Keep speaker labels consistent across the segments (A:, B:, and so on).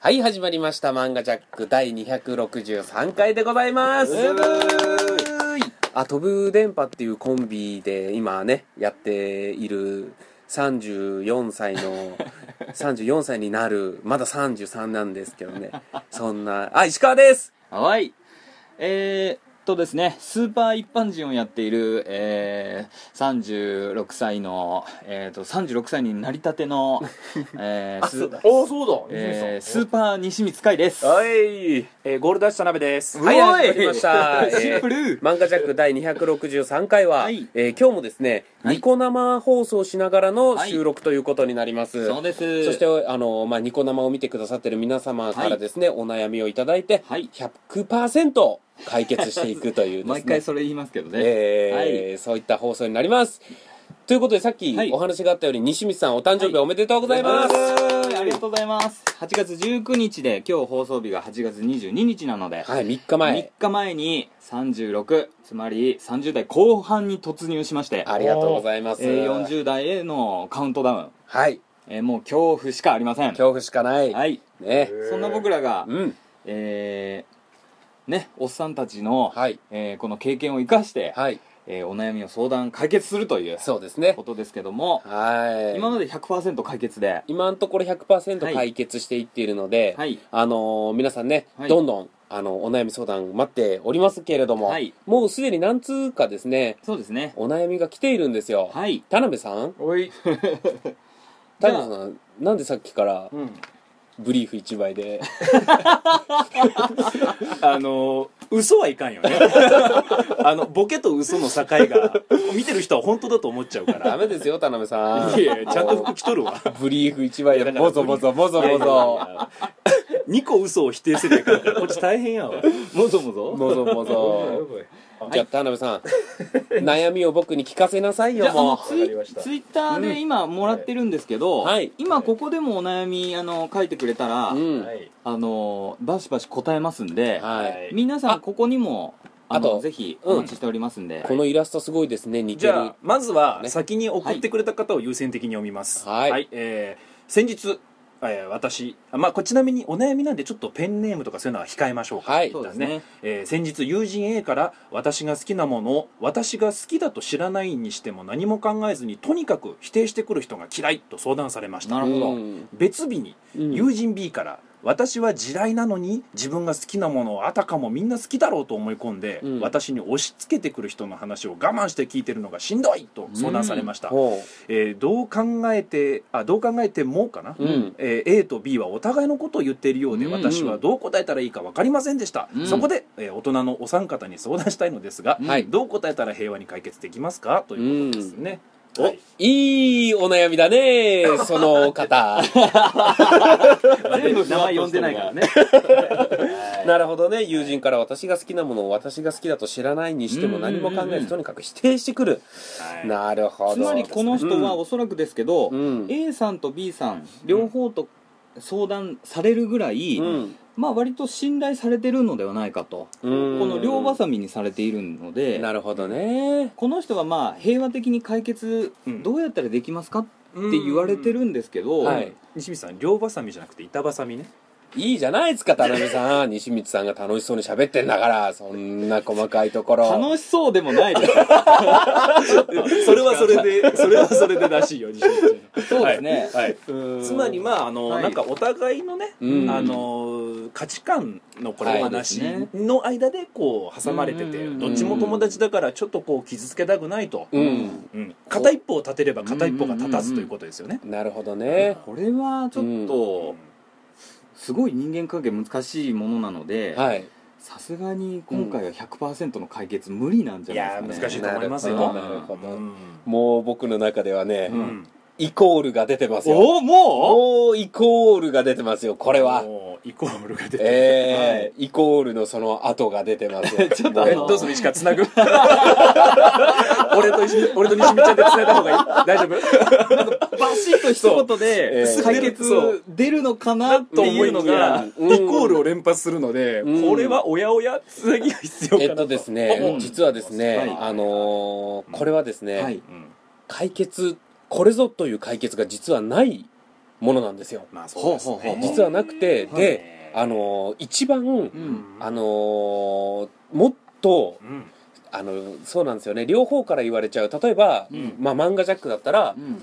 A: はい、始まりました。漫画ジャック第263回でございます。あ、飛ぶ電波っていうコンビで今ね、やっている34歳の、34歳になる、まだ33なんですけどね。そんな、あ、石川です
B: はい。えーっとですね、スーパー一般人をやっている、えー、36歳の、えーっと、36歳になりたての、えー、スー
C: おーそうだ、
B: えー
C: 西
B: ス
C: 光
B: ーパー西光海で
A: い
B: す。
C: さんえーゴールダッシュ田辺です
B: う
A: はい、
B: おい
A: 始まりま した。
B: シ
A: え
B: ンプル
A: ー漫画ジャック第263回は、
B: はい
A: えー今日もですね、
B: はい
A: ニコ生放送しながらの
B: はい
A: 収録ということになります。
B: そうです。
A: そして、あの、まあ、ニコ生を見てくださってる皆様からですね、お悩みをいただいて、
B: はい
A: 100%解決していくというですね。
B: 毎回それ言いますけどね。
A: えーそういった放送になります。ということで、さっき
B: はい
A: お話があったように、西光さんお誕生日おめでとうございます。
B: はいありがとうございます。8月19日で、今日放送日が8月22日なので、
A: はい、3日
B: 3
A: 前。
B: 日前に36、つまり30代後半に突入しまして、
A: ありがとうございます。
B: えー、40代へのカウントダウン、
A: はい、
B: えーもう恐怖しかありません
A: 恐怖しかない。
B: はい
A: ね。
B: そんな僕らが
A: うん。
B: えー、ねおっさんたちの、
A: はい。
B: えーこの経験を生かして、
A: はい。
B: えーお悩みを相談解決するという
A: そうですね
B: こ。とですけども、
A: はい。
B: 今まで100%解決で
A: 今のところ100%解決していっているので、
B: はい
A: あのー皆さんね、
B: はい
A: どんどんあのお悩み相談待っておりますけれども、
B: はい
A: もうすでに何通かですね
B: そうですね
A: お悩みが来ているんですよ、
B: はい
A: 田辺さん
C: おい、
A: 田辺さんなんでさっきから
C: うん、
A: ブリーフ一枚で
C: あのー嘘はいかんよね あのボケと嘘の境が見てる人は本当だと思っちゃうか
A: ダ
C: ら
A: メですよ田辺さん
C: いやいやちゃんと服着とるわ
A: ブリーフ一枚でボゾボゾボゾボゾ
C: 2個嘘を否定せてくるからこっち大変やわ
B: もぞもぞ
A: ボゾボゾじゃあ田辺さん悩みを僕に聞かせなさい
B: じゃ
A: よ
B: ああの
A: も
B: ツイ
D: わかりました
B: ツイッターで今もらってるんですけど、
A: はい
B: 今ここでもお悩みあの書いてくれたら、
A: う、うん
D: はい。
B: あのバシバシ答えますんで、
A: はい、
B: 皆さ
A: あ
B: んここにもあ
A: あと
B: のぜひお待ちしておりますんで、
A: このイラストすごいですね似て
C: じ
A: る
C: ゃあまずは
A: ね
C: 先に送ってくれた方を優先的に読みます
A: はい
C: えー先日、えー私あまあこちなみにお悩みなんでちょっとペンネームとかそういうのは控えましょうか
A: はい
B: そうですね
C: えー先日友人 A から私が好きなものを私が好きだと知らないにしても何も考えずにとにかく否定してくる人が嫌いと相談されました
B: なるほど
A: うん
C: 別日に
A: うん
C: 友人 B から、私は地雷なのに自分が好きなものをあたかもみんな好きだろうと思い込んで、
A: うん
C: 私に押し付けてくる人の話を我慢して聞いてるのがしんどいと相談されました、
A: ほ
C: えーどう考えてあどう考えてもかな、
A: ううん
C: えー A と B はお互いのことを言っているようで、
B: うん
C: 私はどう答えたらいいか分かりませんでした、
B: うん
C: そこで、えー大人のお三方に相談したいのですが、
A: はい
C: どう答えたら平和に解決できますかということですね、
A: お、
C: はい
A: い、いお悩みだ ねそのお方
B: 全部名前呼んでないから ね
A: なるほどね友人から私が好きなものを私が好きだと知らないにしても
B: うんうんうん
A: 何
B: うん
A: も考えずとにかく否定してくる、
C: はい
A: なるほど
B: つまりこの人は
A: うん
B: おそらくですけど、
A: うん
B: A さんと B さん両方と相談されるぐらい、
A: うん
B: まあ割と信頼されてるのではないかと、
A: うん
B: この両ばさみにされているので
A: なるほどね
B: この人はまあ平和的に解決
C: うん
B: どうやったらできますかって言われてるんですけど、
A: うんはい
C: 西光さん両バサミじゃなくて板バサミね
A: いいじゃないですか田辺さん西光さんが楽しそうに喋ってんだからそんな細かいところ
B: 楽しそうでもないですよ
C: それはそれで それはそれでらしいよ西光ち
B: そうですね、
C: ゃんはいつまりまああの、
B: はい
C: なんかお互いのね、
A: うん
C: あの価値観のこれ、
A: はい
C: お話の間でこう挟まれて
B: うん
C: て、
B: うんうん
C: どっちも友達だからちょっとこう傷つけたくないと、
A: うん
C: うん片一方立てれば片一方が立たずということですよね、
A: なるほどね
B: これはちょっ
C: うん
B: とすごい人間関係難しいものなので
A: はい
B: さすがに今回は100%の解決無理なんじ
C: い
B: ゃ
C: や
B: ない
C: ー
B: です
C: 難
B: か
C: し
B: ね
C: いと思いますよ、
A: なるほど、
C: うん
A: もう僕の中ではね、
C: うん
A: イコールが出てますよ
B: おおもう
A: もうイコールが出てますよ、これは。
C: もうイコールが出てる
A: ええイコールのその後が出てますよ。
B: ちょっと
A: もう
C: え
B: あ
C: ど
B: の
C: うする石川つなぐ 俺と石俺と西見ちゃんでつないだ方がいい大丈夫
B: バシッと一言で
A: そう
B: 解決
C: そう
B: 出るのかなっていうのが
C: イ
A: うん
C: コールを連発するので、
A: うん
C: これはおやおやつなぎが必要か
A: え
C: な
A: っとですね
B: う、ん
A: 実はですね、
B: はい
A: あのーこれはですね、
B: はい
C: うん
A: 解決、これぞという解決が実はないものなんですよ
E: まあそうです
B: ほうほうほ
E: ね
B: う
A: 実はなくて
E: はい
A: であの一番
B: うん
A: あのーもっと
E: うん
A: あのそうなんですよね両方から言われちゃう例えば、
B: うん
A: まあ、漫画ジャックだったら
B: うん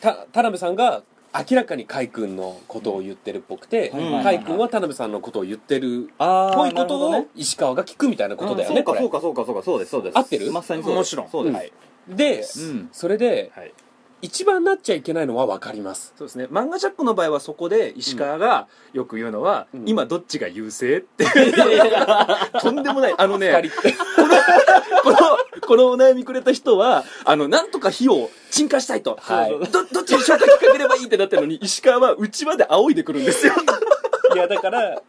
A: た田辺さんが明らかに海君のことを言ってるっぽくて、
B: うん
A: カイ君は田辺さんのことを言ってる
B: あ
A: ぽいこと
B: なる
A: を石川が聞くみたいなこ
B: ほ
A: と
B: ど
A: だ
B: ね
A: よね、これ
B: そうかそうかそうかそうかそうですそうです
A: 合ってる
B: まさにそうです
E: もちろん
B: そうです、
E: はい
A: で、
B: うん
A: それで
E: はい
A: 一番なっちゃいけないのは分かります
C: そうですね漫画ジャックの場合はそこで石川がよく言うのは、
A: うん
C: 今どっちが優勢ってとんで もないあのね
A: 二人って
C: この、 このお悩みくれた人は、あの、なんとか火を鎮火したいと。
A: はい
C: ど、 どっちに消火器かければいいってなったのに、石川はうちまで仰いでくるんですよ。
A: いやだから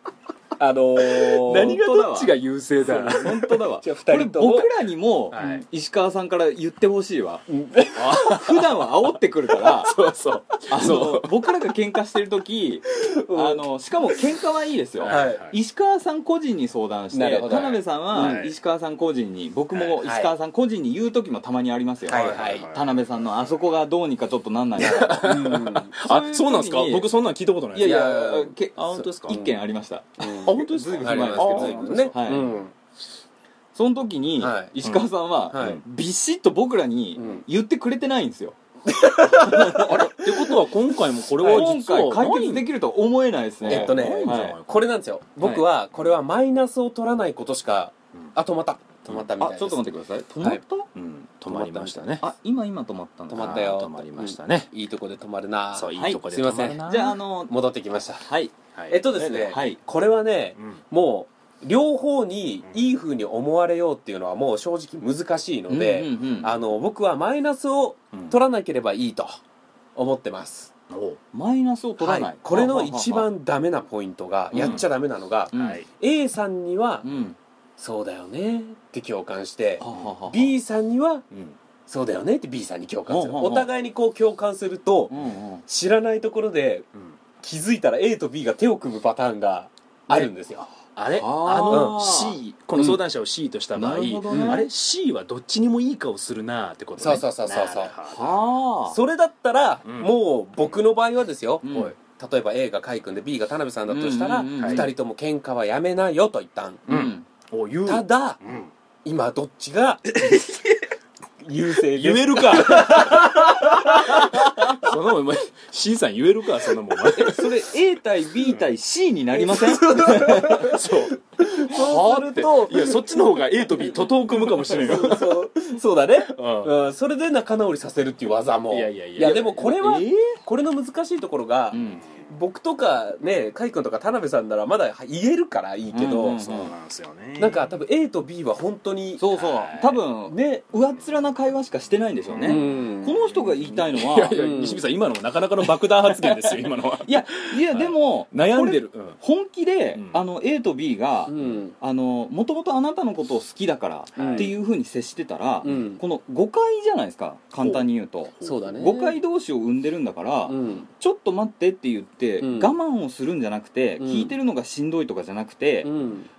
A: あの ー、
C: 何がどっちが優勢だ。
B: 本当だわ
A: じゃあ
B: こ
A: 二
B: れ
A: 人とも
B: 僕らにも
C: はい
B: 石川さんから言ってほしいわ
A: ん
B: 普段は煽ってくるから
C: そうそう。
B: あの僕らが喧嘩してる時あのしかも喧嘩はいいですよ、
A: はい
B: 石川さん個人に相談し
A: なる
B: て
A: ほど
B: 田辺さん
E: は
B: はい石川さん個人に、僕も石川さん個人に言う時もたまにありますよ、
A: はいはい
B: 田辺さんのあそこがどうにかちょっとなんないかな
E: あそうなんですか
B: そういう時に
E: 僕そんなん聞いたことない
B: いや
E: で
B: い
E: す
B: やけ
E: あ本当ですか
B: 一件ありました、
A: うん
E: あ本当ですか
B: ずいぶん
A: あ
B: 前
A: り
B: で
A: ます
B: す
A: け
B: け
A: ど
B: ど
A: 随分ね、
B: はい
A: うん
B: その時に
A: はい
B: 石川さんは、
A: うんはい
B: ビシッと僕らに
A: うん
B: 言ってくれてないんですよ、
E: ってことは今回もこれは
B: 今
E: 実は
B: 回解決できるとは思えないですね
A: えっとね
E: ないんじゃない
A: これなんですよ僕はこれはマイナスを取らないことしか、
E: うん
A: あ止まった止まったみたい
B: あ
A: です
B: ちょっと待ってください止まった、
E: うん止まりましたね
B: あ今今止まったんだ
A: 止まったよ
E: あー止まりましたね
A: いいとこで止まるな
E: そうい
B: はい
E: いとこで止まるな
B: じゃああの
A: 戻ってきました
B: はい
E: はい
A: えっとですね、
B: はい
A: これはね
E: うん
A: もう両方にいい風に思われようっていうのはもう正直難しいので、
B: うんうんうん
A: あの僕はマイナスを取らなければいいと思ってます、
E: おう
B: マイナスを取らない、
A: はいこれの一番ダメなポイントが、
B: うん
A: やっちゃダメなのが、
B: うん
E: はい
A: A さんには、
B: うん
A: そうだよねって共感して
B: はははは
A: B さんには
E: うん
A: そうだよねって B さんに共感する
B: ほうほう
A: お
B: ほう
A: 互いにこう共感すると
B: うんうん
A: 知らないところで
E: うん
A: 気づいたら A と B が手を組むパターンがあるんですよ、
C: あれ
B: あ
C: あ
B: ー
C: の C、この相談者を C とした場合、
B: なるほどね
C: あれ ?C はどっちにもいい顔するなーってことね。
A: そうそうそうそうそう
E: なるほど
B: はあ
A: それだったら、
E: うん
A: もう僕の場合はですよ、
B: うん
A: おい例えば A が海君で B が田辺さんだとしたら、
B: うんうんうん
A: 2人とも喧嘩はやめなよと一旦、
E: う
B: う
E: ん
B: ん
E: おう言う
A: ただ
E: うん
A: 今どっち が優勢
E: 言
A: で
E: えるかそんなもんお前 C さん言えるかそんなもんお 前
B: それ A 対 B 対 C になりません
E: そう
A: すそうすると
E: いやそっちの方が A と B 徒党を組むかもしれんよ、
A: そうそう そうだね、
E: うん
A: うん、それで仲直りさせるっていう技も
E: いやいやいや
A: でもこれは、
B: えー
A: これの難しいところが、
B: うん
A: 僕とかね海君とか田辺さんならまだ言えるからいいけど、
B: うんうん
E: そうなんですよね
A: なんか多分 A と B は本当に
B: そうそう
E: はい
B: 多分
A: ね
B: 上っ面な会話しかしてないんでしょうね、
A: うん
B: この人が言いたいの
E: いやい
B: は
E: や西見さん今のもなかなかの爆弾発言ですよ今のはい
B: やいやでも
E: 悩んでる、うん
B: これ本気で、
E: うん
B: あの A と B が、
A: うん
B: あのもともとあなたのことを好きだから
A: うん
B: っていうふうに接してたら、
A: うん
B: この誤解じゃないですか簡単に言うと
A: そうだね
B: 誤解同士を生んでるんだから、
A: うん
B: ちょっと待ってって言って、
A: うん
B: 我慢をするんじゃなくて、
A: うん
B: 聞いてるのがしんどいとかじゃなくて、
A: うん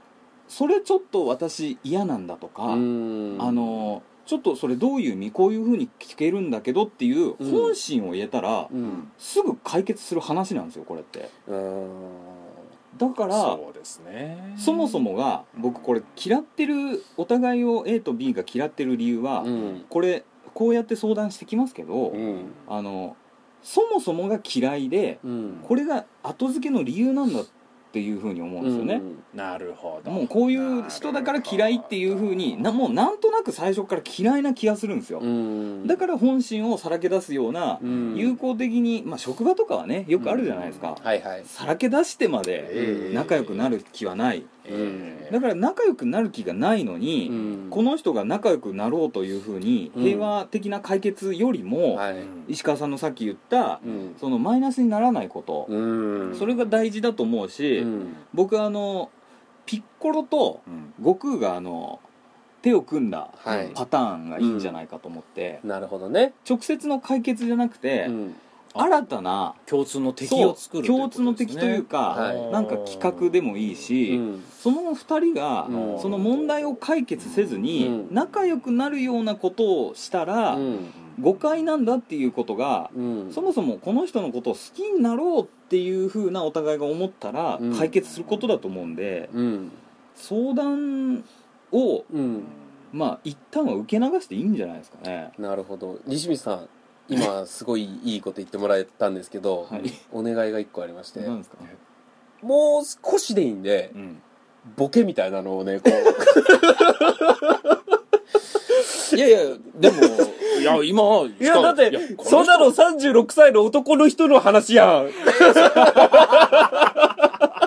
B: それちょっと私嫌なんだとか、
A: うん
B: あのちょっとそれどういう意味こういうふうに聞けるんだけどっていう
A: うん
B: 本心を言えたら、
A: うん
B: すぐ解決する話なんですよこれって
A: うん
B: だから
E: そうですね
B: そもそもが僕これ嫌ってるお互いを A と B が嫌ってる理由は、
A: うん
B: これこうやって相談してきますけど、
A: うん
B: あのそもそもが嫌いで
A: うん
B: これが後付けの理由なんだっていうふうに思うんですよね、
E: なるほど
B: もうこういう人だから嫌いっていうふうになもうなんとなく最初から嫌いな気がするんですよ、
A: うん
B: だから本心をさらけ出すような
A: うん
B: 友好的に、まあ、職場とかはねよくあるじゃないですか、
A: はいはい
B: さらけ出してまで
E: ええ
B: 仲良くなる気はない、
E: え
B: だから仲良くなる気がないのに、
A: うん
B: この人が仲良くなろうというふうに
A: うん
B: 平和的な解決よりも、
A: は
E: え
A: い
B: 石川さんのさっき言った
A: うん
B: そのマイナスにならないこと、
A: うん
B: それが大事だと思うし、
A: うん
B: 僕はあのピッコロと
E: うん
B: 悟空があの手を組んだ
A: はい
B: パターンがいいんじゃないかと思って、
A: なるほどね
B: 直接の解決じゃなくて、
A: うん
B: 新たな
E: 共通の敵を作る
B: そう共通の敵というか、
A: はい
B: なんか企画でもいいし、
A: うん
B: その2人が、
A: うん
B: その問題を解決せずに、
A: うん
B: 仲良くなるようなことをしたら、
A: うん
B: 誤解なんだっていうことが、
A: うん
B: そもそもこの人のことを好きになろうっていうふうなお互いが思ったら
A: うん
B: 解決することだと思うんで、
A: うん
B: 相談を
A: うん
B: まあ一旦は受け流していいんじゃないですかね。
A: なるほど西光さん今すごいいいこと言ってもらえたんですけど、
B: はい、
A: お願いが一個ありまして
B: なんですか、
A: もう少しでいいんで
B: うん、
A: ボケみたいなのをねこう
C: いやいや、でも、いや、今、い
A: いやだって
C: この
A: そんなの36歳の男の人の話やん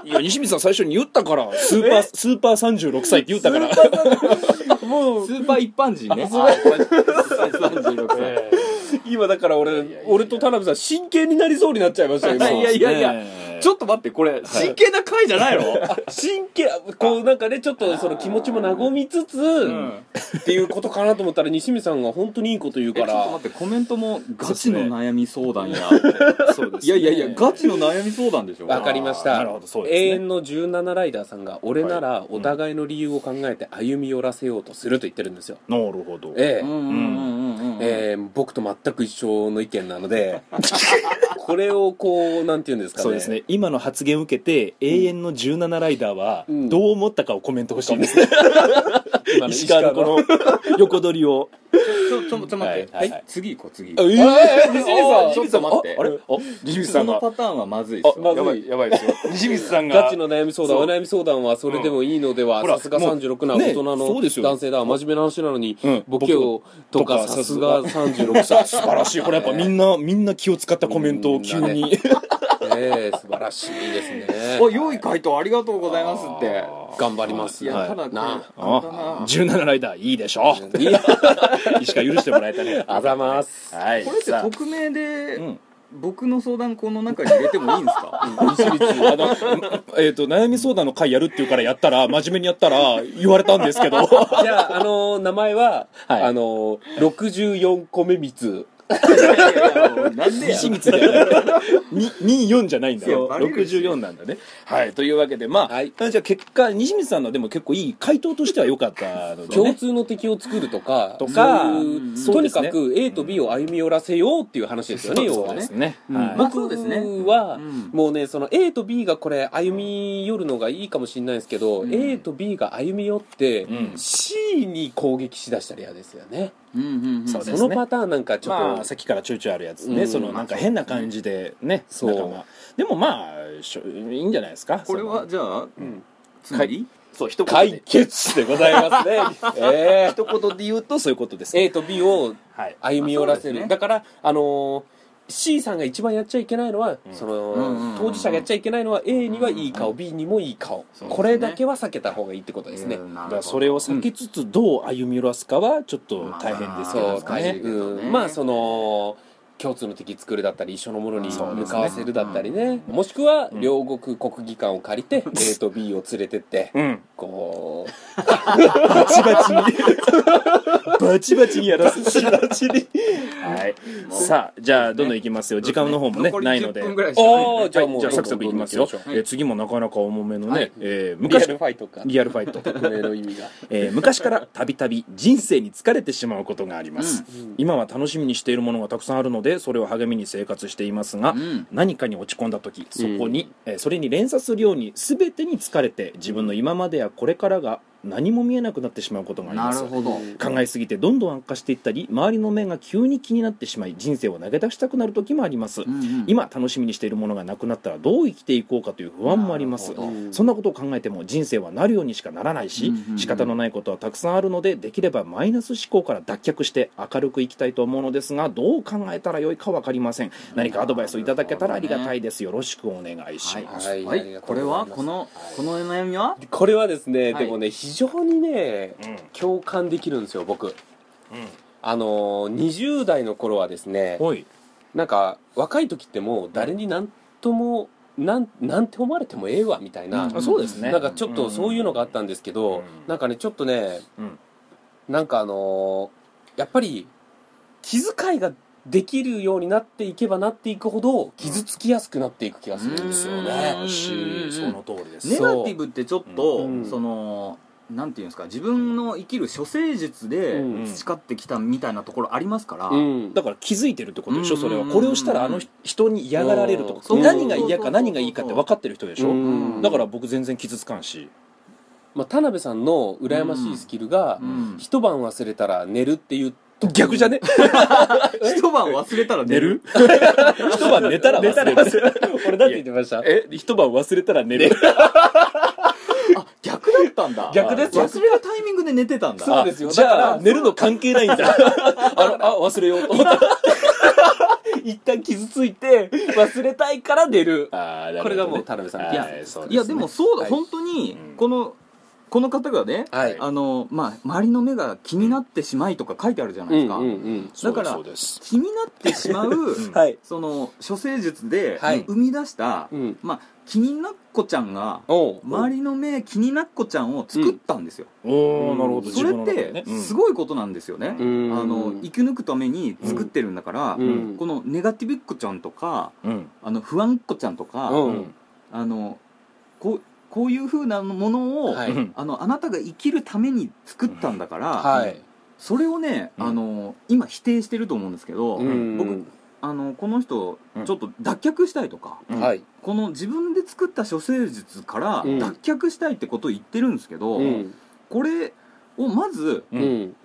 C: いや、西水さん最初に言ったから、スーパー、スーパー36歳って言ったから。
A: もう
B: スーパー一般人ね。36歳
A: 今だから俺俺と田辺さん真剣になりそうにな っちゃいましたよ今
C: いやいやいや
B: ね
C: ちょっと待って、これ、真剣な回じゃないの
A: 真剣こうなんかねちょっとその気持ちも和みつつ、っていうことかなと思ったら西見さんが本当にいいこと言う
B: えちょ
A: か
B: っと
A: ら
B: 待ってコメントもガチの悩み相談や、
C: そうです
B: いやいやいやガチの悩み相談でしょ
A: わかりました
E: あーなるほどそうですね
A: 永遠の17ライダーさんが俺ならお互いの理由を考えて歩み寄らせようとすると言ってるんですよ、
E: なるほど
A: ええ
B: うんうんうんうんうん
A: えー僕と全く一緒の意見なの でこれをこうなんて言うんですかね
C: そうですね。今の発言を受けて、永遠の17ライダーは、
A: うん
C: どう思ったかをコメント欲しいですね。
A: 今の
C: 石川のこの横取りを。
B: ちょちょちょっと待って、
C: はいはいはい
B: はい次行こう次
C: え
A: 西
C: え
A: 水さん
B: ちょっと待って
C: ああれあ西水さ
B: そ
C: んが
B: の。パターンはまずいっすよ
A: まずい
C: やばいですよ。西水さん
A: ガチの悩み相談お悩み相談はそれでもいいのでは
C: ほら
A: さすが36な
C: もう
A: 大
C: ね
A: 人
C: そうです
A: の
C: よ
A: 男性だ真面目な話なのに
C: うん
A: ボケをとか
C: とか
A: さすが36
C: さ
A: 歳
C: あ 素晴らしい。これやっぱみんな、みんな気を使ったコメントを急
A: みんな
C: に。
A: ええ素晴らしいですね
B: お良い回答ありがとうございますって
A: 頑張ります
B: いや
A: はい
B: ただこれ
A: な
B: あれだな
C: 17ライダーいいで しょ。
A: いや
C: 石川許してもらえたね。
A: あざます
C: はい。
B: これって
C: さあ
B: 匿名で、
C: うん
B: 僕の相談この中に入れてもいいんですか
C: あの、えっ、と、悩み相談の会やるっていうからやったら、真面目にやったら、言われたんですけど。
A: じゃああの名前は
C: はい
A: あの64個目密
B: いやいやいやなん でや
C: 西光だよね。 に24じゃないんだ
B: そ
C: よ。
B: うバレるし
C: 64なんだね。はい。というわけで、まあ、
A: はい
C: じゃあ結果、西光さんのでも結構いい回答としては良かったので、
A: 共
C: ね。
A: 通の敵を作るとか
C: とか
A: そう
B: うんうん
A: いう
C: そ
A: と
C: うで
A: に
C: す
A: か
C: ね
A: く A と B を歩み寄らせようっていう話ですよね要はね
C: ですね。
A: うん
C: は
B: まあそうですね
A: 僕は、
B: うん
A: もうねその A と B がこれ歩み寄るのがいいかもしれないですけど、
B: ん
A: A と B が歩み寄って、
C: い。うん。
A: C に攻撃しだしたら嫌ですよね
B: うんうんうん
C: そうですね
A: そのパターンなんかちょっと、
C: まあ、さっきからちょいちょいあるやつね、
A: うん
C: そのなんか変な感じでね、
A: そう
C: なんかまあでもまあしょいいんじゃないですか
B: これはじゃあ
A: うん
B: つまり
C: そう一言
A: 解
C: で
A: 決でご ざいますねえ
C: 一言で言うとそういうことです
A: え
C: ね
A: A と B を
C: はい
A: 歩み寄らせ
B: そう
A: る、
B: ですね
A: だからあのー C さんが一番やっちゃいけないのは、その、
B: うんうんうん
A: 当事者がやっちゃいけないのは A にはいい顔、B にもいい顔、
B: そうですね
A: これだけは避けた方がいいってことですね、
B: うんなる
C: だか
B: ほ
C: ら
B: ど
C: それを避けつつどう歩み寄らすかはちょっと大変ですけ
A: そ
C: ど
A: う
B: まあ
A: 大
C: ね
A: 変、
B: 大変だね
A: うんまあその共通の敵作るだったり一緒のものに向かわせるだったりねもしくは両国国技館を借りて A と B を連れてって
C: うん
A: こう
C: バチバ チにバチバチにやらすはいさあじゃあどんどんいきますよ時間の方もね
B: 残り
C: ないので
B: 10分ぐらいしかない
A: ああじゃあもう
C: じゃあサクサクいきますよ
A: どんどんどんどん行きましょう
C: えー次もなかなか重めのね、
A: はい
C: えー
A: リア
C: 昔
A: ルファイトか
C: リアルファイト
A: 革命の意味が
C: えー昔からたびたび人生に疲れてしまうことがあります、
A: うん
C: 今は楽しみにしているものがたくさんあるのでそれを励みに生活していますが、
B: うん
C: 何かに落ち込んだ時そこに、えーそれに連鎖するように全てに疲れて自分の今までやこれからが何も見えなくなってしまうことがあり
B: な
C: ま
B: る
C: す
B: ほど
C: 考えすぎてどんどん悪化していったり周りの目が急に気になってしまい人生を投げ出したくなる時もあります、
B: うんうん
C: 今楽しみにしているものがなくなったらどう生きていこうかという不安もあります
B: なるほ
A: ど
C: そんなことを考えても人生はなるようにしかならないし、
B: うんうんうん
C: 仕方のないことはたくさんあるのでできればマイナス思考から脱却して明るく生きたいと思うのですがどう考えたらよいか分かりません何かアドバイスをいただけたらありがたいですよろしくお願いします、
A: はい
B: は
A: あり
B: い
A: が
B: こと
A: う
B: れ
A: ござい
B: は
A: ます
B: このこの悩みは
A: これはですね
B: はい
A: でもね非常にね
C: うん
A: 共感できるんですよ僕
C: うん
A: あのー20代の頃はですね
C: ほい
A: なんか若い時ってもう誰になんともなんなんて思われてもええわみたいな、
C: あそうですね
A: なんかちょっとそういうのがあったんですけど、
C: うん
A: なんかねちょっとね
C: うん
A: なんかあのーやっぱり気遣いができるようになっていけばなっていくほど傷つきやすくなっていく気がするんですよ
B: うん
A: ね。
C: し
B: うん
C: その通りです
A: ね
B: ネガティブってちょっと、
A: うん
B: そのなんていうんですか自分の生きる処世術で
A: うん
B: 培ってきたみたいなところありますから、
A: うん
C: だから気づいてるってことでしょそれ
B: う
C: は
B: ん
C: これをしたらあの人人に嫌がられるとか
B: うん
C: 何が嫌
B: そうそうそうそ
C: か
B: う
C: 何がいいかって分かってる人でし
A: う
C: ょ
A: ん
C: だから僕全然傷つかんし
A: まあ、田辺さんの羨ましいスキルが、
B: うん
A: 一晩忘れたら寝るっていう
C: 逆じゃね
B: 一晩忘れたら寝る
C: 一晩 寝たら忘れる
A: 俺なんて言ってました
C: え一晩忘れたら寝る
B: あ逆だったんだ
A: 逆ですよ
B: 忘れるタイミングで寝てたんだ
A: そうですよ
C: あじ
A: だか
C: ゃあ
A: ら
C: 寝るの関係ないんだ あのあ忘れようと思った
A: 一旦傷ついて忘れたいから寝る
C: あ
A: これがもう田辺さん
C: い
A: の
C: や
A: いや
C: そう
B: いやでもそうだ、
A: はい
B: 本当に
C: うん
B: このこの方がね、
A: はい
B: あのまあ、周りの目が気になってしまいとか書いてあるじゃな
A: う
B: いで
A: ん
B: すか、
A: うんうん
C: そう
B: だから
C: そうです
B: 気になってしまう、
A: はい
B: その処世術で
A: はい
B: 生み出した、
A: うん
B: まあ、気になっこちゃんが
A: おう
B: 周りの目気になっこちゃんを作ったんですよ、
C: お
A: う
C: ー
A: ん
C: なるほど
B: それってすごいことなんですよね、
A: うん
B: あの生き抜くために作ってるんだから、
A: うん
B: このネガティブっ子ちゃんとか
C: いうん
B: あの不安っ子ちゃんとか、
A: うん
B: あのこうこういうふうなものを、
A: は
C: う
A: い
C: ん
B: あのあなたが生きるために作ったんだから、
A: はい
B: それをね、
C: うん
B: あの今否定してると思うんですけど、
A: うん
B: 僕あのこの人
C: うん
B: ちょっと脱却したいとか、
C: うん
A: はい
B: この自分で作った処世術から
A: うん
B: 脱却したいってことを言ってるんですけど、
A: うん
B: これをまず
A: う
C: うん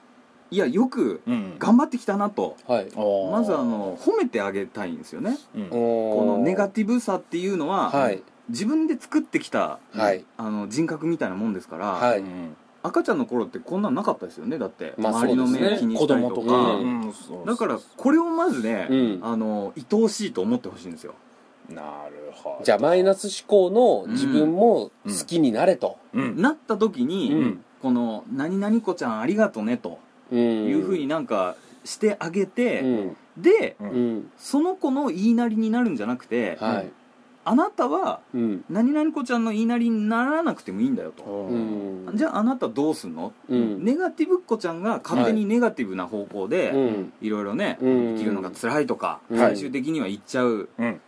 B: いやよく
C: うん
B: 頑張ってきたなと
A: はい
B: まずあの褒めてあげたいんですよね
C: うん
A: こ
B: このネガティブさっていうのは、
A: はい
B: 自分で作ってきた、
A: はい
B: あの人格みたいなもんですから、
A: は
C: う
A: い
C: ん
B: 赤ちゃんの頃ってこんなんなかったですよねだって、
A: まあ
B: 周りの
A: そうです
B: 目
A: ね
B: 気に
C: 子
B: したり
C: 供
B: とか
A: 子
C: と
A: 供
C: か
A: う
C: うんんそう
B: だからこれをまずね、
A: うん
B: あの愛おしいと思ってほしいんですよ
C: なるほど
A: じゃあマイナス思考の自分も好きになれと
C: うん
B: なった時
A: う
B: に、
A: ん
B: この「何々子ちゃんありがとね」とい
A: いう
B: ふうになんかしてあげて、
A: うん
B: で
C: う
A: うん
B: その子の言いなりになるんじゃなくて、
A: はい
B: あなたは
A: うん
B: 何々子ちゃんの言いなりにならなくてもいいんだよ
C: う
B: と、
C: ん
B: じゃああなたどうすんの、
A: うん
B: ネガティブっ子ちゃんが勝手にネガティブな方向で、
A: うん
B: いろいろね、
A: うん
B: 生きるのが辛いとか、
A: うん
B: 最終的には行っちゃう、
C: うん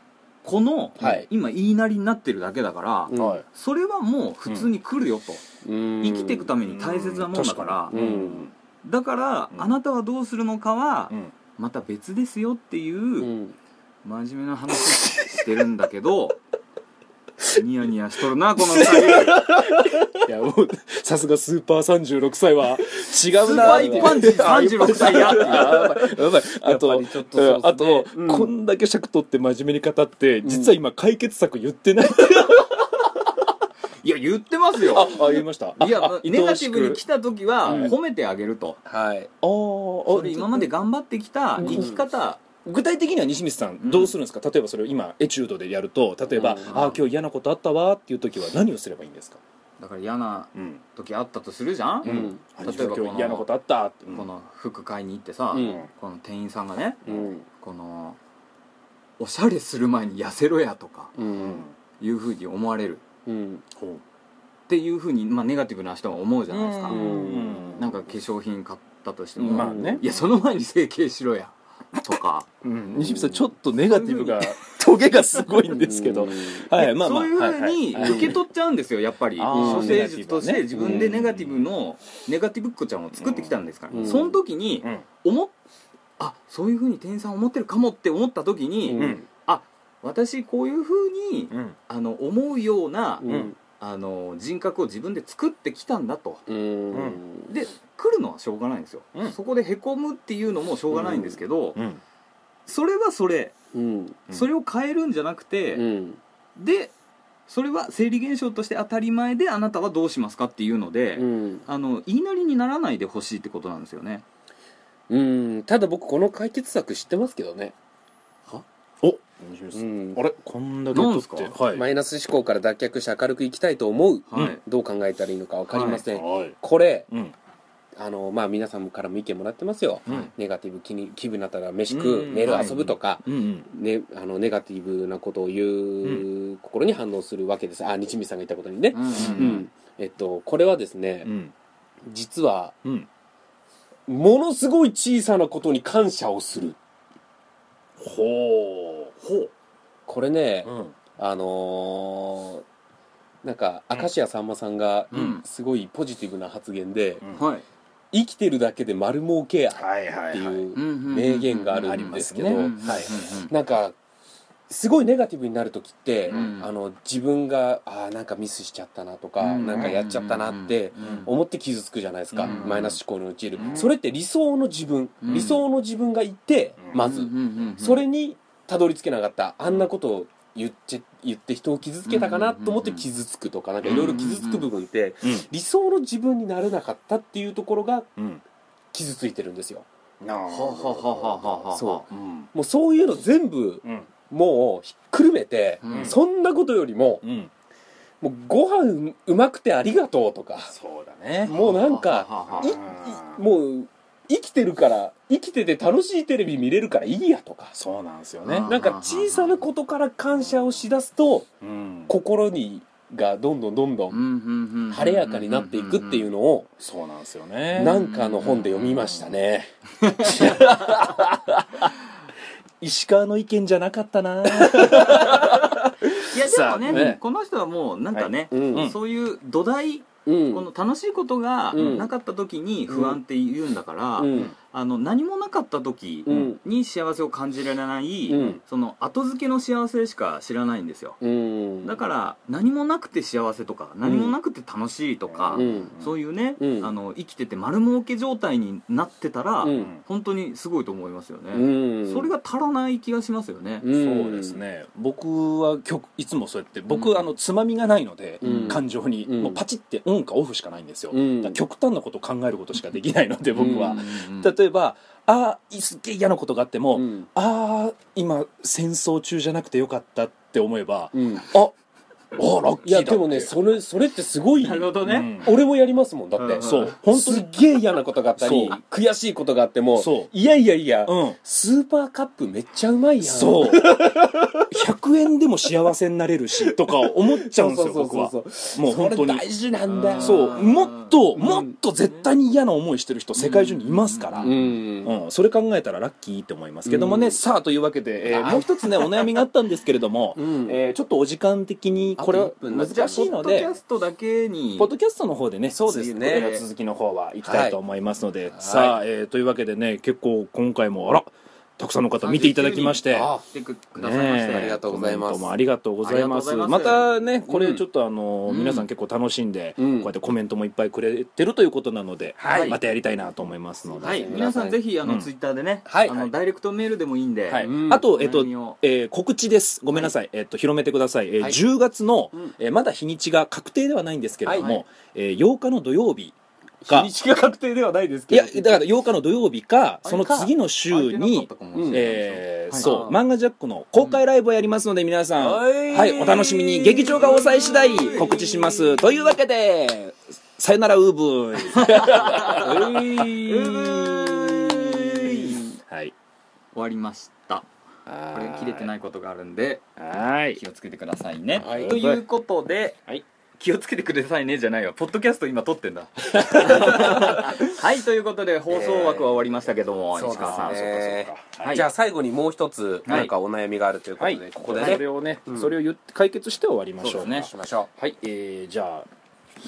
B: この、
A: はい
B: 今言いなりになってるだけだから、
A: うん
C: はい
B: それはもう普通に来るよと、生
A: 生
B: きていくために大切なもんだから、
A: うんうん
B: だから、
C: うん
B: あなたはどうするのかは、
C: うん
B: また別ですよっていう、
A: うん
B: 真面目な話してるんだけどニヤニヤしとるなこの二人
C: いやもうさすがスーパー36歳は違うな
B: スーパー一般人36歳やっていう
C: あやばいあ
A: やっぱ
C: と
A: りちょっとそうっすね
C: うんあと、
A: うん
C: こんだけ尺取って真面目に語って実は今解決策言ってない、
B: いや言ってますよ
C: あ言いました
B: いや
C: あ
B: ネガティブに来た時は
C: うん
B: 褒めてあげると、
A: はい
C: あーあ
B: それ今まで頑張ってきた生き方、
C: 具体的には西光さん
B: ん
C: どうするんですか、例えばそれを今エチュードでやると例えば、
A: うん
C: ああ今日嫌なことあったわーっていう時は何をすればいいんですか、
B: だから嫌な
C: うん
B: 時あったとするじゃん、
A: うん
C: あ
B: 例えばこ
C: 今
B: の
C: 日嫌なことあったって、
B: この服買いに行ってさ、
A: うん
B: この店員さんがね
A: うん
B: このおしゃれする前に痩せろやとか
A: う
C: うん
A: ん
B: いうふうに思われる
A: うん
B: っ
C: ほ
B: ていうふうに、まあ、ネガティブな人は思うじゃないですか、
C: う
A: うん
B: なんか化粧品買ったとしても、
C: まあね
B: いやその前に整形しろやとか
C: うん西光さんちょっとネガティブがトゲがすごいんですけど、 はいまあまあ
B: そういうふうに
C: はいはい
B: 受け取っちゃうんですよやっぱり
C: あー
B: 処世術とし
C: ネ
B: て
C: ガテ
B: 自
C: ィ
A: ブはね
B: 分でネガティブのネガティブっ子ちゃんを作ってきたんですから、
A: うん
B: その時に
C: うん
B: 思っあそういうふうに店員さん思ってるかもって思った時に、
A: うん
C: うん
B: 私こういうふうに
C: うん
B: あの思うような、
A: うん
B: あの人格を自分で作ってきたんだと
A: うん
B: で来るのはしょうがないんですよ、
C: うん
B: そこでへこむっていうのもしょうがないんですけど、
C: うん
B: それはそれ、
A: うん
C: うん
B: それを変えるんじゃなくて、
A: うん
B: でそれは生理現象として当たり前であなたはどうしますかっていうので、
A: うん
B: あの言いなりにならないでほしいってことなんですよね
A: うんただ僕この解決策知ってますけどね
C: お西光さん
A: うん
C: あれこんだけ取って
B: なんす
C: はい、
A: マイナス思考から脱却して明るくいきたいと思う
B: はい、
C: うん
A: どう考えたらいいのか分かりません
C: はい
A: これ
C: うん
A: あのまあ皆さんからも意見もらってますよ
C: うん
A: ネガティブ気に気分になったら飯食
C: う
A: うん寝る
C: はい
A: 遊ぶとか
C: うんうん
A: ね、あのネガティブなことを言う心に反応するわけです、あ日見さんが言ったことにね、
B: うんうん
A: うんえっと、これはですね、
C: うん
A: 実は
C: うん
A: ものすごい小さなことに感謝をする
C: ほうほ
A: これね、
C: う、ん、
A: あのーなんか明石家さんまさんが
B: うん
A: すごいポジティブな発言で
C: うん
B: はい
A: 「生きてるだけで丸儲けや」
C: はいは
A: って
C: い
A: い
C: はいう
A: 名言があ
C: あ
A: る
C: り
A: ん
C: ま
A: ですす
C: け
A: け
C: ど
A: ど
C: はい
A: なんかすごいネガティブになる時って、
B: うん
A: あの自分があーなんかミスしちゃったなとか、
B: うん
A: なんかやっちゃったなって思って傷つくじゃないですか、
B: うん
A: マイナス思考に陥る、
B: うん
A: それって理想の自分、
B: うん
A: 理想の自分がいて
C: うん
A: まず、それにたどり着けなかったあんなことを言っちゃ言って人を傷つけたかなと思って傷つくとかなんかいろいろ傷つく部分って
C: う
A: 理想の自分になれなかったっていうところが
C: ん
A: 傷ついてるんですよ
C: うんなあ
B: ははははは
A: そ
C: うん
A: もうそういうの全部
C: うん
A: もうひっくるめて、
B: うん
A: そんなことよりも
C: うん
A: もうご飯うまくてありがとうとか
C: そうだね
A: もうなんか
B: か
A: いもう生きてるから生きてて楽しいテレビ見れるからいいやとか
C: そうなんですよね
B: うん
A: なんか小さなことから感謝をしだすと
C: うん
A: 心にがどんどんどんどん晴れやかになっていくっていうのを
C: そうなんですよね
A: なんかの本で読みましたね
C: 石川の意見じゃなかったな
B: いや
C: さあ
B: でもね
C: ね
B: この人はもうなんかね、
A: うんうん
B: そういう土台、この楽しいことが
A: うん
B: なかった時に不安って言うんだから、
A: うん
B: あの何もなかった時
A: うん
B: に幸せを感じられない、
A: うん
B: その後付けの幸せしか知らないんですよ
A: うん
B: だから何もなくて幸せとか何もなくて楽しいとか、
A: うん
B: そういうね、
A: うん
B: あの生きてて丸儲け状態になってたら、
A: うん
B: 本当にすごいと思いますよね、
A: うん
B: それが足らない気がしますよね、
A: ん
C: そうですね僕は曲いつもそうやって僕、
B: うん
C: あのつまみがないので、
A: うん
C: 感情に、
A: うん
C: もうパチってオンかオフしかないんですよ、
A: うん
C: だから極端なことを考えることしかできないので僕は、
B: うん
C: 例えばあーすっげえ嫌なことがあっても、
A: うん
C: ああ今戦争中じゃなくてよかったって思えば、
A: うん
C: ああラッ
A: い
C: キーだ
A: や
C: って
A: でもねそれそれってすごい
B: なるほどね、
C: うん
A: 俺もやりますもんだって
C: そう
B: うん
C: 本当
A: す
C: に
A: っげえ嫌なことがあったり
C: そう
A: 悔しいことがあっても
C: そう
A: いやいやいや
C: うん
A: スーパーカップめっちゃうまいやん
C: そう100円でも幸せになれるしとか思っちゃうんですよ
A: そうそう
C: 僕は
A: そうそう
C: もう本当
A: そ
C: に
A: れ大事なんだよ
C: そう
B: うん
C: もっと
A: ん
C: もっと絶対に嫌な思いしてる人世界中にいますから、
A: う
C: うん
A: ん
C: それ考えたらラッキーって思いますけどもね、
A: うん
C: さあというわけで、えー
A: あー
C: もう一つねお悩みがあったんですけれども、
A: うん
C: えーちょっとお時間的にこれ
A: あ
C: は
A: と一分になっちゃう
C: 難しいの
B: ポッドキ
C: で
B: ャストだけに
C: ポッドキャストの方でね
A: そうですね
C: 次の続きの方は行きたいと思いますので、さあ、えーというわけでね結構今回もあらたくさんの方見ていただきまして。
A: あ
B: 来てくくださいまして、
C: ねえ
A: ありがとうございます
C: コメントもありがとうございます
B: ありがとう
C: ま
B: ございま
C: たねこ
A: う
C: れ
A: ん
C: ちょっとあの、
B: うん
C: 皆さん結構楽しんで、
A: うん
C: こうやってコメントもいっぱいくれてるということなので、
B: はい
C: またやりたいなと思いますので、
B: はい、皆さんぜひあの、
C: うん
B: ツイッターでね、
A: はい
B: あの
A: はい
B: ダイレクトメールでもいいんで、
C: はい
A: うん
C: あと、えっ
B: お
C: と
B: 悩みを
C: えー告知ですごめんなさい、えっと広めてください、えー
A: はい
C: 10月の、
A: うん
C: えーまだ日にちが確定ではないんですけれども、
A: はいはい
C: えー8日の土曜日
A: 日
C: が
A: にちが確定ではないです
C: い
A: け
C: や
A: ど
C: だから8日の土曜日かその次の
B: 空い
C: 週
B: てなかっ
C: に
B: たかもしれない
C: えー
B: はい
C: そう「漫画ジャック」の公開ライブをやりますので皆さん、
A: はい
C: はい、お楽しみに劇場が抑え次第告知しますというわけでさよならウーブーイ
A: はい
C: は
B: 終
C: い
B: わりましたこれ切れてないいことがあるんで
C: はい
B: 気をつけてくださいね、
A: はい
B: ということで、
C: はい
B: 気をつけてくださいねじゃないわポッドキャスト今撮ってんだはいということで放送枠は終わりましたけども、
A: えー
B: 西川さん
A: そうですね
C: そっかそっか
B: はい
A: じゃあ最後にもう一つ
B: はい
A: なんかお悩みがあるということ
C: はい
A: でここで
C: そ
A: ね
C: れをね、
A: うん
C: それを言って解決して終わりまし
B: そう
C: ょう
B: ですね
A: しましょ
C: はい、えーじゃあ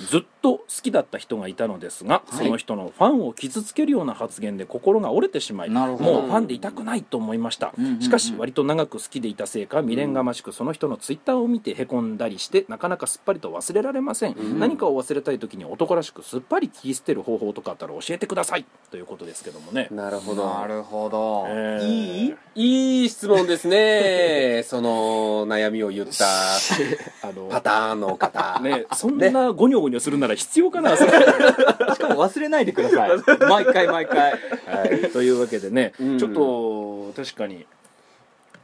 C: ずっと好きだった人がいたのですが、
B: はい
C: その人のファンを傷つけるような発言で心が折れてしまい
B: なるほど
C: もうファンでいたくないと思いました、
B: うんうんうん
C: しかし割と長く好きでいたせいか未練がましくその人のツイッターを見てへこんだりしてなかなかすっぱりと忘れられません、
A: うん
C: 何かを忘れたい時に男らしくすっぱり切り捨てる方法とかあったら教えてくださいということですけどもね
A: うなるほ
B: なるほど、
C: えー
A: いいいい質問です ねその悩みを言った
C: あの
A: パターンの方
C: ね、そんなゴニョゴニョするなら必要か な、それ
B: しかも忘れないでください毎回毎回
C: はい、 というわけでね、
A: うん
C: ちょっと確かに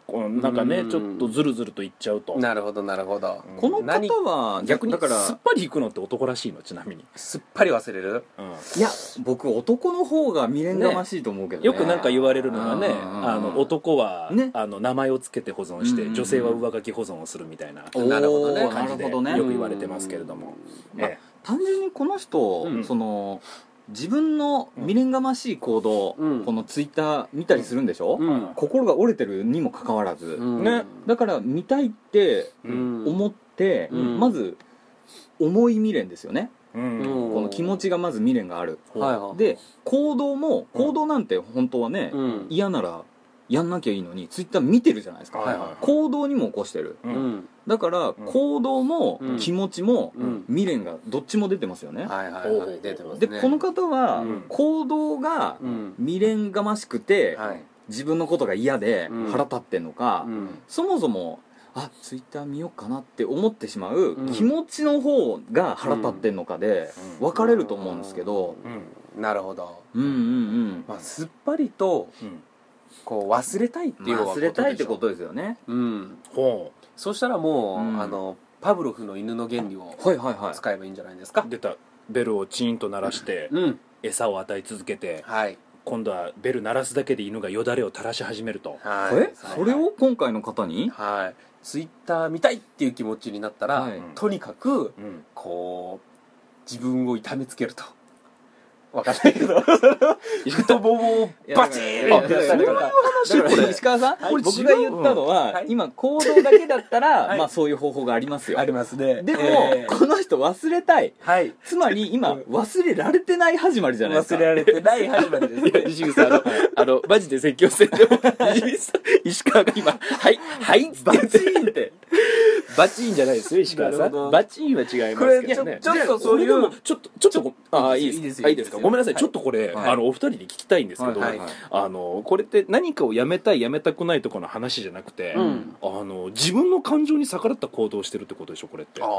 C: このなんかね、
A: うん
C: ちょっとずるずるといっちゃうと
A: なるほどなるほど
C: うん
B: この
A: 何
B: 方は
C: 逆に
B: だか
C: だかららすっぱりいくのって男らしいのちなみに、
A: すっぱり忘れる
B: いや僕男の方が未練がましいと思うけど、ね
C: よくなんか言われるのがね
B: うん
C: あの男は、
B: ね
C: あの名前をつけて保存して、
B: うん
C: 女性は上書き保存をするみたいな
B: おー
A: なるほどね
B: な
C: 感じ
B: る
C: で
B: ほどね
C: よく言われてますけれども、
B: うん
C: え
B: 単純にこの人、
C: うん
B: その自分の未練がましい行動、
A: うん
B: このツイッター見たりするんでしょ、
A: うん
B: 心が折れてるにもかかわらず、
A: うん
C: ね
B: だから見たいって
A: うん
B: 思って、
A: うん
B: まず重い未練ですよね
F: うん
A: うん
B: この気持ちがまず未練がある
A: はいはい
B: で行動も
F: うん
B: 行動なんて本当はね
A: うん
B: 嫌ならやんなきゃいいのにツイッター見てるじゃないです
A: は
B: か
A: いは
B: 行動にも起こしてる
F: う
A: うんん
B: だから
F: ん
B: 行動も
A: うん
B: 気持ちも
A: うん
B: 未練がどっちも出てますよね
A: はいはいはい出てます
B: で
A: ね
B: この方は
A: うん
B: 行動が
A: うん
B: 未練がましくて
A: はい
B: 自分のことが嫌で
A: うん
B: 腹立ってんのか
A: うん
B: そもそもあツイッター見ようかなって思ってしまう
A: うん
B: 気持ちの方が腹立ってんのかで
F: うん
B: 分かれると思うんですけど
A: うんなるほど
B: うんうん
A: まあすっぱりと
F: うん
A: こう忘れたいって
B: うん
A: いう
B: 忘れたいってこととですよね
A: うん
F: ほ
A: そしたらもう
B: うん
A: あのパブロフの犬の原理を
B: はいはいはい
A: 使えばいいんじゃないですか
C: 出たベルをチーンと鳴らして
A: うん
C: 餌を与え続けて
A: はい
C: 今度はベル鳴らすだけで犬がよだれを垂らし始めると
A: はい
B: えそれを今回の方に
A: はいツイッター見たいっていう気持ちになったら、
B: はい
A: とにかく
C: うん
A: こう自分を痛めつけるとわかんないけど太ももをバチーン
B: あそういう
A: 話
B: だから石川さん、
A: はい
B: 僕が言ったのは、
A: はい
B: 今行動だけだったら、
A: はい
B: まあそういう方法があります よ
A: ありますね
B: でも、
A: えー
B: この人忘れたい
A: はい
B: つまり今忘れられてない始まりじゃないですか
A: 忘れられてない始まりです ね
G: 西口さん、あの、あ の、マジで説教戦でも、西口さん、石川が今、はい、はいっつって
B: バチーンって
G: バチーンじゃないですよ、石川
A: な
G: さ
A: るほど
G: ん。バチーンは違いますけどね。
A: ちょっとそうい
C: これで
A: う
C: もちょっとちょっとごあーい
A: いい
C: い
A: です
C: です
A: いいですよ
C: あいいですかごめんなさい
A: はい
C: ちょっとこれ
B: はい
C: あのお二人に聞きたいんですけど
B: はい
A: はい
C: あのこれって何かをやめたいやめたくないとかの話じゃなくて
A: うん
C: あの自分の感情に逆らった行動をしてるってことでしょこれってあ
B: ま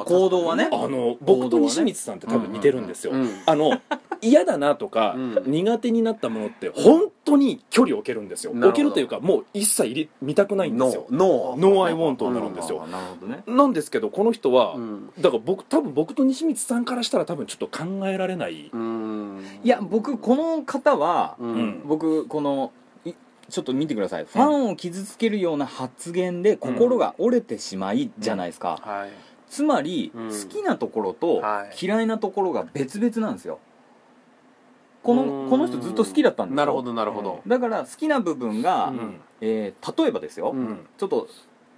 B: あ、行動はね
C: の
B: 行
C: 僕
B: 動
C: と
B: はね
C: 西光さんって多分似てるんですよ
A: うん
C: あの嫌だなとか、
A: うん
C: 苦手になったものって本当に距離を置けるんですよ
A: なるほど
C: 置けるというかもう一切入れ見たくないんですよ
A: ノー
C: ノーアイウォントになるんですよ
B: あーなるほどね
C: なんですけどこの人は、
A: うん
C: だから僕多分僕と西光さんからしたら多分ちょっと考えられない、
A: うん
B: いや僕この方は
A: う
C: うん
A: ん
B: 僕このいちょっと見てくださいファンを傷つけるような発言で心が折れてしまいじゃないですか、
A: はい
B: つまり、
A: うん
B: 好きなところと
A: はい
B: 嫌いなところが別々なんですよこ
A: う
B: の
A: ん
B: この人ずっと好きだったんですよ
A: なるほどなるほど
B: だから好きな部分が、
A: うん
B: えー例えばですよ、
A: うん
B: ちょっと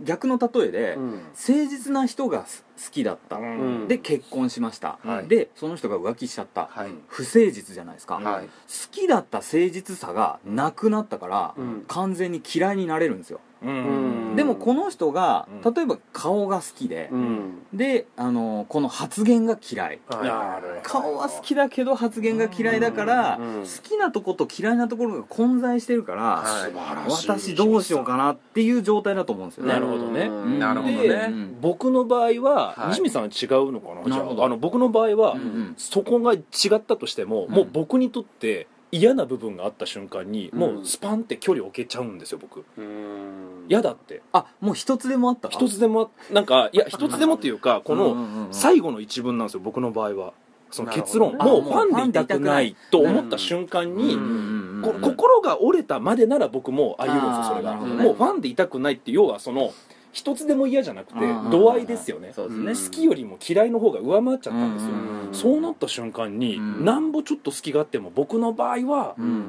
B: 逆の例えで、
A: うん
B: 誠実な人がす好きだった、
A: うん
B: で結婚しました、
A: はい
B: でその人が浮気しちゃった、
A: はい
B: 不誠実じゃないですか、好
A: はい
B: きだった誠実さがなくなったから、
A: うん
B: 完全に嫌いになれるんですよ、
A: うん
B: でもこの人が、
C: うん
B: 例えば顔が好きで、
A: うん
B: であのこの発言が嫌い
C: なる
B: 顔は好きだけど発言が嫌いだから、
A: うんうん
B: 好きなとこと嫌いなところが混在してるから、
A: はい
B: 私どうしようかなっていう状態だと思うんですよね
C: なるほどね
A: うんなるほど
C: で、
A: ね
C: 僕の場合
A: は
C: は、
A: い
C: 西光さんは違うのかなじゃ
B: なるほど
C: ああの僕の場合は、
B: うんうん
C: そこが違ったとしても、
B: うん
C: もう僕にとって嫌な部分があった瞬間に、
A: うん
C: もうスパンって距離を置けちゃうんですよ僕
A: うん
C: 嫌だって
B: あもう一つでもあった
C: 一つでもなんかいや一つでもっていうかこ
B: うん
C: の
B: うんうん
C: 最後の一文なんですよ僕の場合はその結論、
A: な
B: るほ
C: も
B: ど
C: う
B: ね
C: ファンでいたくないと思った瞬間に、
A: うん
B: うんうんうん
C: こ心が折れたまでなら僕もあり得るんですよそれ
B: あ
A: な
B: ー
C: が、
A: るほどね
C: もうファンでいたくないって要はその一つでも嫌じゃなくて
B: うん
C: 度合いですよね
B: そうです
A: うん
B: ね、
C: 好きよりも嫌いの方が上回っちゃったんですよ、
A: うん
C: そうなった瞬間に、
B: うん
C: なんぼちょっと好きがあっても僕の場合は
B: う
A: うんん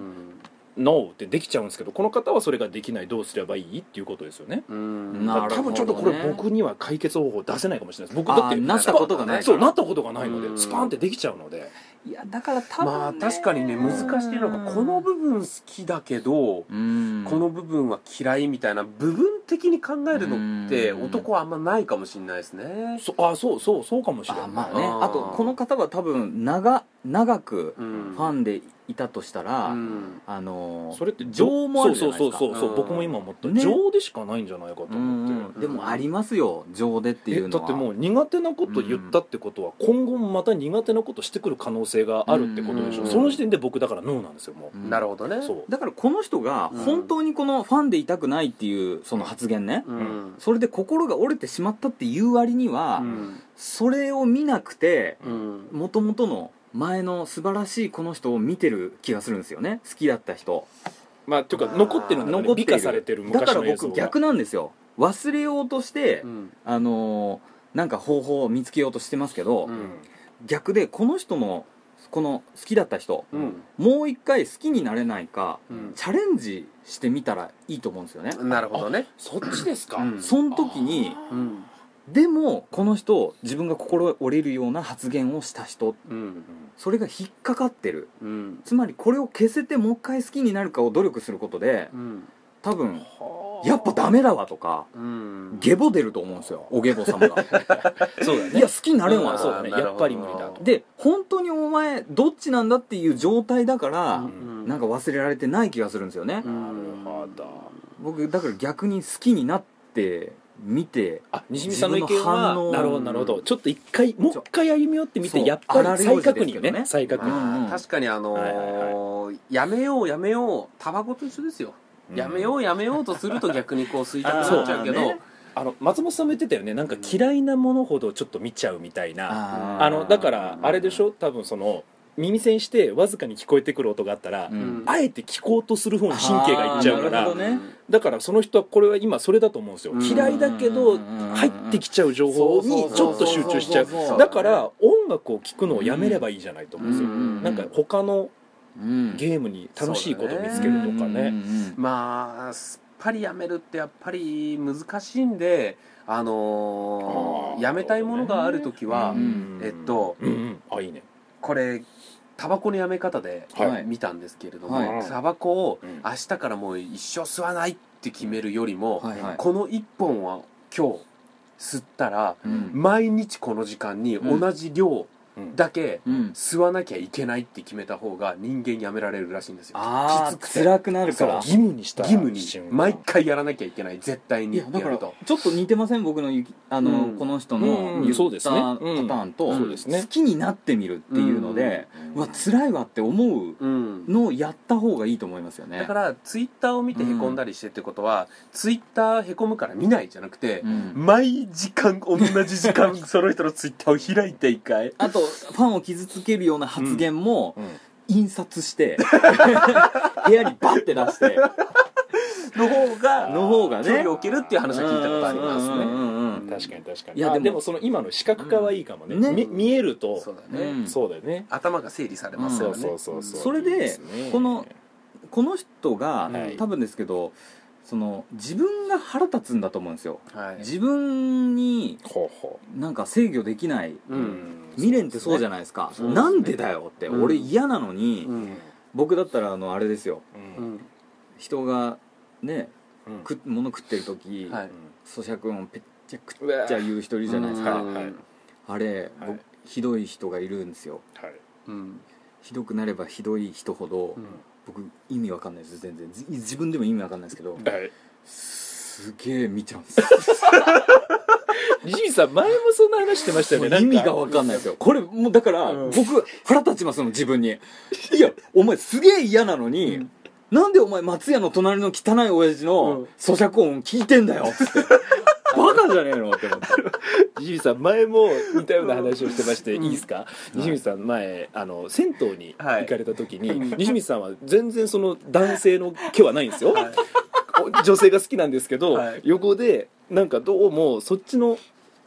C: 「NO」ってできちゃうんですけどこの方はそれができないどうすればいいっていうことですよね
A: うん
B: なるほどね
C: 多分ちょっとこれ僕には解決方法出せないかもしれないです僕
B: あー
C: だって
B: なったことがないから
C: そうなったことがないの
A: う
C: で
A: ん
C: スパンってできちゃうので
B: いやだから多分、ね、
A: まあ確かにね難しいのがこの部分好きだけど
B: うん
A: この部分は嫌いみたいな部分的に考えるのって
B: うん
A: 男はあんまないかもしれないですね
C: そあーそうそうそうかもしれない
B: あまあね
A: あー
B: あとこの方は多分長長く
A: う
B: フ
A: ん
B: ァンでいたとしたら、
A: うん
B: あのー
C: それって
B: 情もあるじゃないですか
C: そうそうそうそう、
A: うん
C: 僕も今思った、
B: ね
C: 情でしかないんじゃないかと
B: う
C: 思って、
B: んうんでもありますよ情でってい
C: え
B: うの
C: だ
B: は
C: ってもう苦手なこと言ったってことは、今後もまた苦手なことしてくる可能性があるってことでしょ、
A: うん
C: その時点で僕だからノーなんですよもう、
B: うん
A: なるほどね
C: そう
B: だからこの人が本当にこのファンでいたくないっていうその発言ね、
A: うん
B: それで心が折れてしまったっていう割には、
A: うん
B: それを見なくて
A: うん
B: もともとの前の素晴らしいこの人を見てる気がするんですよね好きだった人
C: まあというか残ってるんだよ
B: 残
C: ね
B: ってい
C: 美
B: る
C: 化されてる
B: だか
C: 昔
B: ら
C: の映像
B: 僕
C: が
B: 逆なんですよ忘れようとして、
A: うん
B: あのーなんか方法を見つけようとしてますけど、
A: うん
B: 逆でこの人のこの好きだった人
A: うん
B: もう一回好きになれないか
A: うん
B: チャレンジしてみたらいいと思うんですよね、
A: なるほどね
C: そっちですか、
A: うん
B: その時に
A: うん
B: でもこの人自分が心折れるような発言をした人
A: うん
B: それが引っかかってる
A: うん
B: つまりこれを消せてもう一回好きになるかを努力することで
A: うん
B: 多分やっぱダメだわとか
A: うん
B: ゲボ出ると思うんですよおゲボ様 が
C: そうだ
B: いや好きになれんわ
A: あー
C: そうだね
A: なるほど
C: やっぱり無理だと
B: で本当にお前どっちなんだっていう状態だから、
A: うん
B: なんか忘れられてない気がするんですよね、
A: うん
C: ど
B: 僕だから逆に好きになって見て
C: あ西見さんの意見は
B: 自分の反応
C: なるほどなるほどちょっと一回もう一回歩み寄ってみ
B: そ
C: て
B: う
C: やっぱ
B: 荒
C: り
B: 療治
C: 再確
B: ですけ
C: 認
B: ど
C: ね
B: ね
C: 再確認
B: うんうん
A: 確かにあのー
C: はいは
A: やめようやめようタバコと一緒ですよ、やめようやめようとすると逆にこう吸いたくなっちゃうけど
E: あーね
C: あの松本さんも言ってたよねなんか嫌いなものほどちょっと見ちゃうみたいな
B: あー
C: あのだからあれでしょ多分その耳栓してわずかに聞こえてくる音があったら
B: う、ん
C: あえて聞こうとする方に神経がいっちゃう
B: なる
C: から
B: ほどね
C: だからその人はこれは今それだと思うんですよ
A: うん
C: 嫌いだけど
B: うん
C: 入ってきちゃう情報にちょっと集中しちゃう
B: そうそうそうそう
C: だから音楽を聴くのをやめればいいじゃないと思うんですよ
A: うん
C: なんか他の
B: うん
C: ゲームに楽しいことを見つけるとかね
A: まあすっぱりやめるってやっぱり難しいんであの
C: あ
A: ー
C: ー
A: やめたいものがある時は、
B: うん
A: えっと
C: うんうんあいいね
A: これタバコのやめ方で
B: はい
A: 見たんですけれども、
B: はい
A: タバコを
C: うん
A: 明日からもう一生吸わないって決めるよりも、
B: はいはい
A: この1本は今日吸ったら
B: うん
A: 毎日この時間に同じ量だけ
B: うん
A: 吸わなきゃいけないって決めた方が人間やめられるらしいんですよ
B: あ
A: きつ
B: あ
A: くて
B: 辛くなるか
C: そう
B: ら
C: 義務にした
A: 義務に
C: 瞬間
A: 毎回やらなきゃいけない絶対
B: い
A: にや
B: やだから
A: る
B: ちょ
A: と
B: っと似てません僕のゆきあの、
A: うん
B: この人
C: うん
B: の言った
C: そうですね
B: パターンと、
A: うんそう
C: ですね
B: 好きになってみるっていうので、うわ辛いわって思う
A: うん
B: のをやった方がいいと思いますよね
A: だからツイッターを見てへこんだりしてってことは、ツイッターへこむから見ないじゃなくて、
B: うん
A: 毎時間同じ時 間その人のツイッターを開いて一回
B: あとファンを傷つけるような発言も、
C: うんうん
B: 印刷して 部屋にバッて出して
A: の方が
B: の方がね
A: 距離を置けるっていう話は聞いたことあります
B: うんう
A: ね
B: んうんうん
C: 確かに確かに
B: いや
C: あ
B: で
C: で
B: も
C: もその今の視覚化はいいかもね,
B: うんね
C: み見えると
A: そうだね、
B: うん
C: そうだよね
A: 頭が整理されますか
C: そ
A: ら
C: う
A: ね
C: そうそうそう
B: それで
C: いいすね
B: このこの人が、
C: はい
B: 多分ですけどその自分が腹立つんだと思うんですよ
A: はい
B: 自分に
C: ほうほ
B: なんか制御できないう
A: う
C: うんん
B: 未練ってそうじゃないですか
A: そうですね
B: なんでだよって、
A: うん
B: 俺嫌なのに、
A: うん
B: 僕だったらあのあれですよ
C: うん
A: うん
B: 人がね
C: うん
B: 食物食ってる時、
A: はい
B: 咀嚼音ぺっちゃくっちゃ言う人いるじゃないですか
A: うん
C: はい
B: あれ、
C: はい
B: 僕ひどい人がいるんですよ
C: はい
A: うん
B: ひどくなればひどい人ほど、
A: うん
B: 僕意味わかんないです全然じ自分でも意味わかんないですけど
C: はい
B: すげえ見ちゃうんですよ
C: 西見さん前もそんな話してましたよね
B: もう意味が
C: なんか
B: わかんないですよこれもうだから、
C: うん
B: 僕腹立ちますもん自分にいやお前すげえ嫌なのに、なんでお前松屋の隣の汚い親父
C: う
B: の
C: ん
B: 咀嚼音聞いてんだよっつってバカじゃねえのって思って
C: 西見さん前も似たような話をしてまして、いいですか、西見さん前あの銭湯に行かれた時に、西見さんは全然その男性の毛はないんですよ、お女性が好きなんですけど、
A: はい
C: 横でなんかどうもそっちの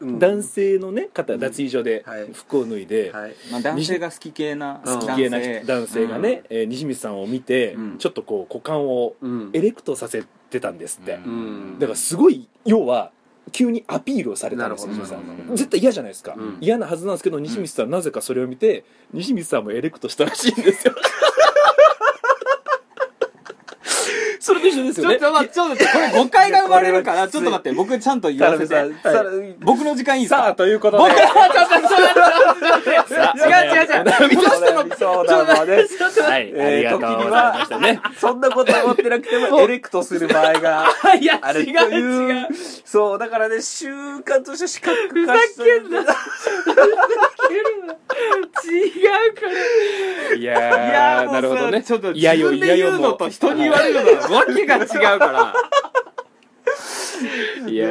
A: うん
C: 男性のね方脱衣所で
A: はい
C: 服を脱いで、
A: はい
B: まあ、男性が好き系な
A: うん
B: 好
C: 好き系な男性がね、えー西見さんを見て、
A: うん
C: ちょっとこう股間を
A: うん
C: エレクトさせてたんですって、
B: うん
C: だからすごい要は急にアピールをされたんですよ
A: な
C: 西
A: る
C: 見
A: ほ
C: さ
A: ど
C: ん絶対嫌じゃないですか、
A: うん
C: 嫌なはずなんですけど西光さんはなぜかそれを見て西光さんもエレクトしたらしいんで すよそれと一緒です
B: ち
C: よ
B: ょ
C: ね
B: っと待ってちょっと待ってこれ誤解が生まれるからちょっと待って僕ちゃんと言わせ
A: さ
B: て
A: んさ
B: 僕の時間いいですか
C: さあということで
B: 僕はちょっとちょっとちょっと待って違う違う違うこの人の
A: そうだもんね
C: はい、ありがとうございましたね
A: そんなこと思ってなくて もエレクトする場合が
B: いや
A: あると
B: 違う
A: いうそうだからね習慣として資格化してる
C: い
B: いや
C: や
B: も
C: ー
B: う
C: なるほどね
B: ちょっと
C: い
B: 自
C: やよ
B: 分
C: い
B: で
C: や
B: 言
C: よ
B: うの
C: も
B: と人に言われるのとわけが違うから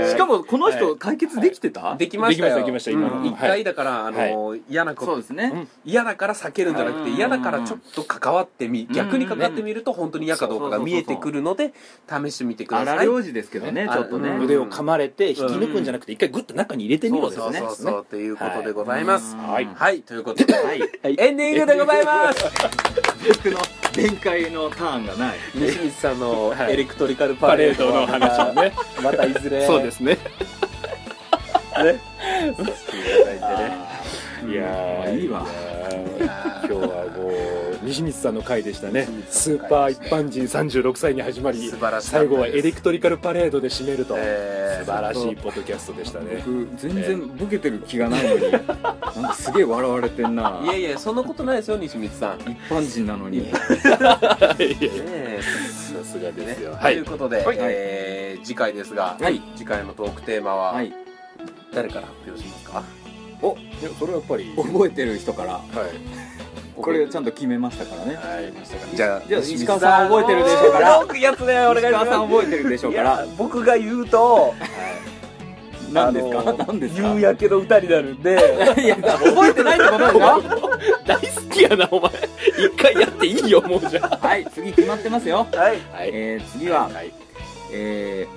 B: しかもこの人解決できてた
A: できましたよ
C: できましたできました今の
A: うん一回だから、あの嫌なこ
B: そう
A: と
B: ですね
A: 嫌だから避けるんじゃなくて
B: うん
A: 嫌だからちょっと関わってみ
B: ん
A: 逆に関わってみると本当に嫌かどうかが見えてくるので試してみてくだ
B: 荒
A: さい
B: 療治ですけどねちょっとね
A: うん
C: 腕を噛まれて引き抜くんじゃなくて一回グッと中に入れてみろです
A: そう
C: ね
A: そうそうということでございます
C: はい
A: はいということでエンディングでございます
B: 僕の弁解のターンがない
A: 西光さんの
C: はい
A: エレクトリカルパ
C: パレ
A: レ
C: ー
A: ード
C: ドの
A: は
C: 話をね
A: またいずれ
C: そうですねいやー
E: いいわ
C: 今日はもう西光さんの回でしたねスーパー一般人36歳に始まり
A: 素晴らしい
C: 最後はエレクトリカルパレードで締めると、
A: えー
C: 素晴らしいポッドキャストでしたね
B: 僕全然ボケてる気がないのになんかすげえ笑われてんない
A: やいやそんなことないですよ西光さん、ね
B: 一般人なのに
A: え
C: さすがですよ、
A: と
C: はいいう
A: ことで、
B: はい
A: えー次回ですが、
B: はい
A: 次回のトークテーマは、
B: はい
A: 誰から発表しますか
C: いやそれはやっぱり
B: 覚えてる人から
C: はい
B: これちゃんと決めましたからね
A: じゃあ
B: じゃあ石川さん覚えてるでしょうか
A: お
B: ら
A: ーよくやつねお願い
B: 石
A: しま
B: 川
A: す
B: さん覚えてるでしょう
A: い
B: か
A: や
B: ら
A: 僕が言うと
B: 何です
A: あの
B: か何ですか
A: 夕焼けの歌になるん で
B: いや覚えてないってことでしょ
C: 大好きやなお前一回やっていいよもうじゃあ
B: はい次決まってますよ
A: はい
C: はい
B: えー次は
C: はい
B: え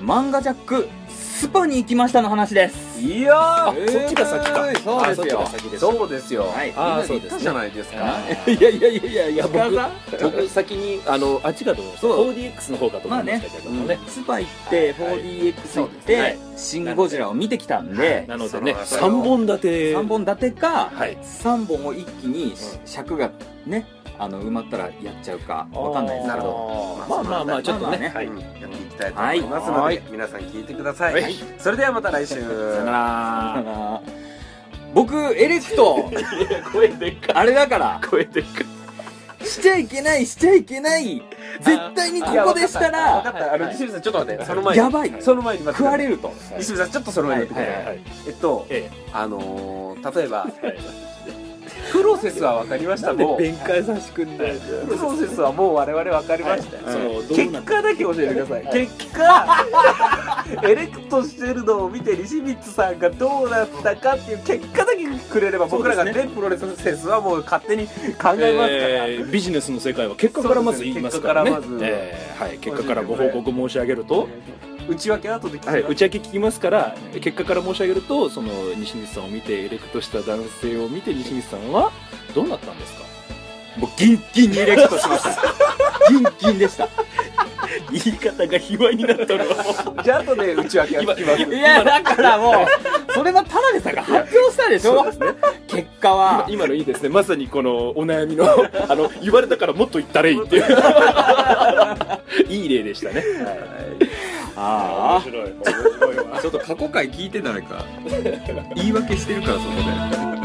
B: ー漫画ジャックスパに行きましたの話です
A: いや
C: あそっちが先か
B: えーそうですよ
C: あそっちが先です
A: そうですよ、
B: はい
A: みん
C: あー
A: なで言ったじゃないですか
B: えいやいやいやいや石川さん
C: 僕先にあのあっちかと思いました 4DX の方かと思いましたけどもね,、
B: スパ行って
C: はい
B: 4DX 行っ
C: は
B: て「
C: い
B: シン・ゴジラ」を見てきたんで
C: なのでね
A: そのそれを
C: 3本立て
B: 3本立てか
C: はい
B: 3本を一気に尺がねあの埋まったらやっちゃうかわかんないです
A: な
B: け
A: る
B: ど
A: ほど
C: まあまあまあちょっと
B: ま
C: ね,、
B: あまあね
C: はい
A: うんやっていきたいと思いますので、
B: はい
A: 皆さん聞いてください、
C: はい
A: それではまた来週さよ
C: なら
B: あー 僕エレクト
C: 声でか
B: あれだ から
C: 声でか
B: しちゃいけないしちゃいけない絶対にここでした
A: 分かっ
B: ら
A: たあの西水さんちょっと待ってその前に
B: やばい
A: その前に待って
B: 食われると
A: 西水さんちょっとその前に待ってください、
C: はいはい
A: えっと、
C: え
A: あのー例えばプロセスは分かりましたもう
C: 弁解させてくんない
A: プロセスはもう我々分かりましたよ、
C: はい
A: その
C: はい
A: 結果だけ教えてください、結果 エレクトしてるのを見て西光さんがどうなったかっていう結果だけくれれば僕らがねプロレセスはもう勝手に考えますから、
C: えービジネスの世界は結果からまず言いますからね
A: そうですね
C: えーはい、結果からご報告申し上げると、
A: 内訳後で聞きます、
C: はい、打ち明け聞きますから結果から申し上げるとその西光さんを見てエレクトした男性を見て西光さんはどうなったんですか
B: もうギンギンにエレクトしましたギンギンでした
C: 言い方が卑猥になったるわ
A: じゃあ後で内訳は聞きます
B: いやだからもうそれは田辺さんが発表したでしょ結果は
C: 今のいいですねまさにこのお悩み のあの言われたからもっと言ったらいいって いういい例でしたね、
B: あ
C: 面白い面白いわ
B: あちょっと過去回聞いて誰か言い訳してるからそこで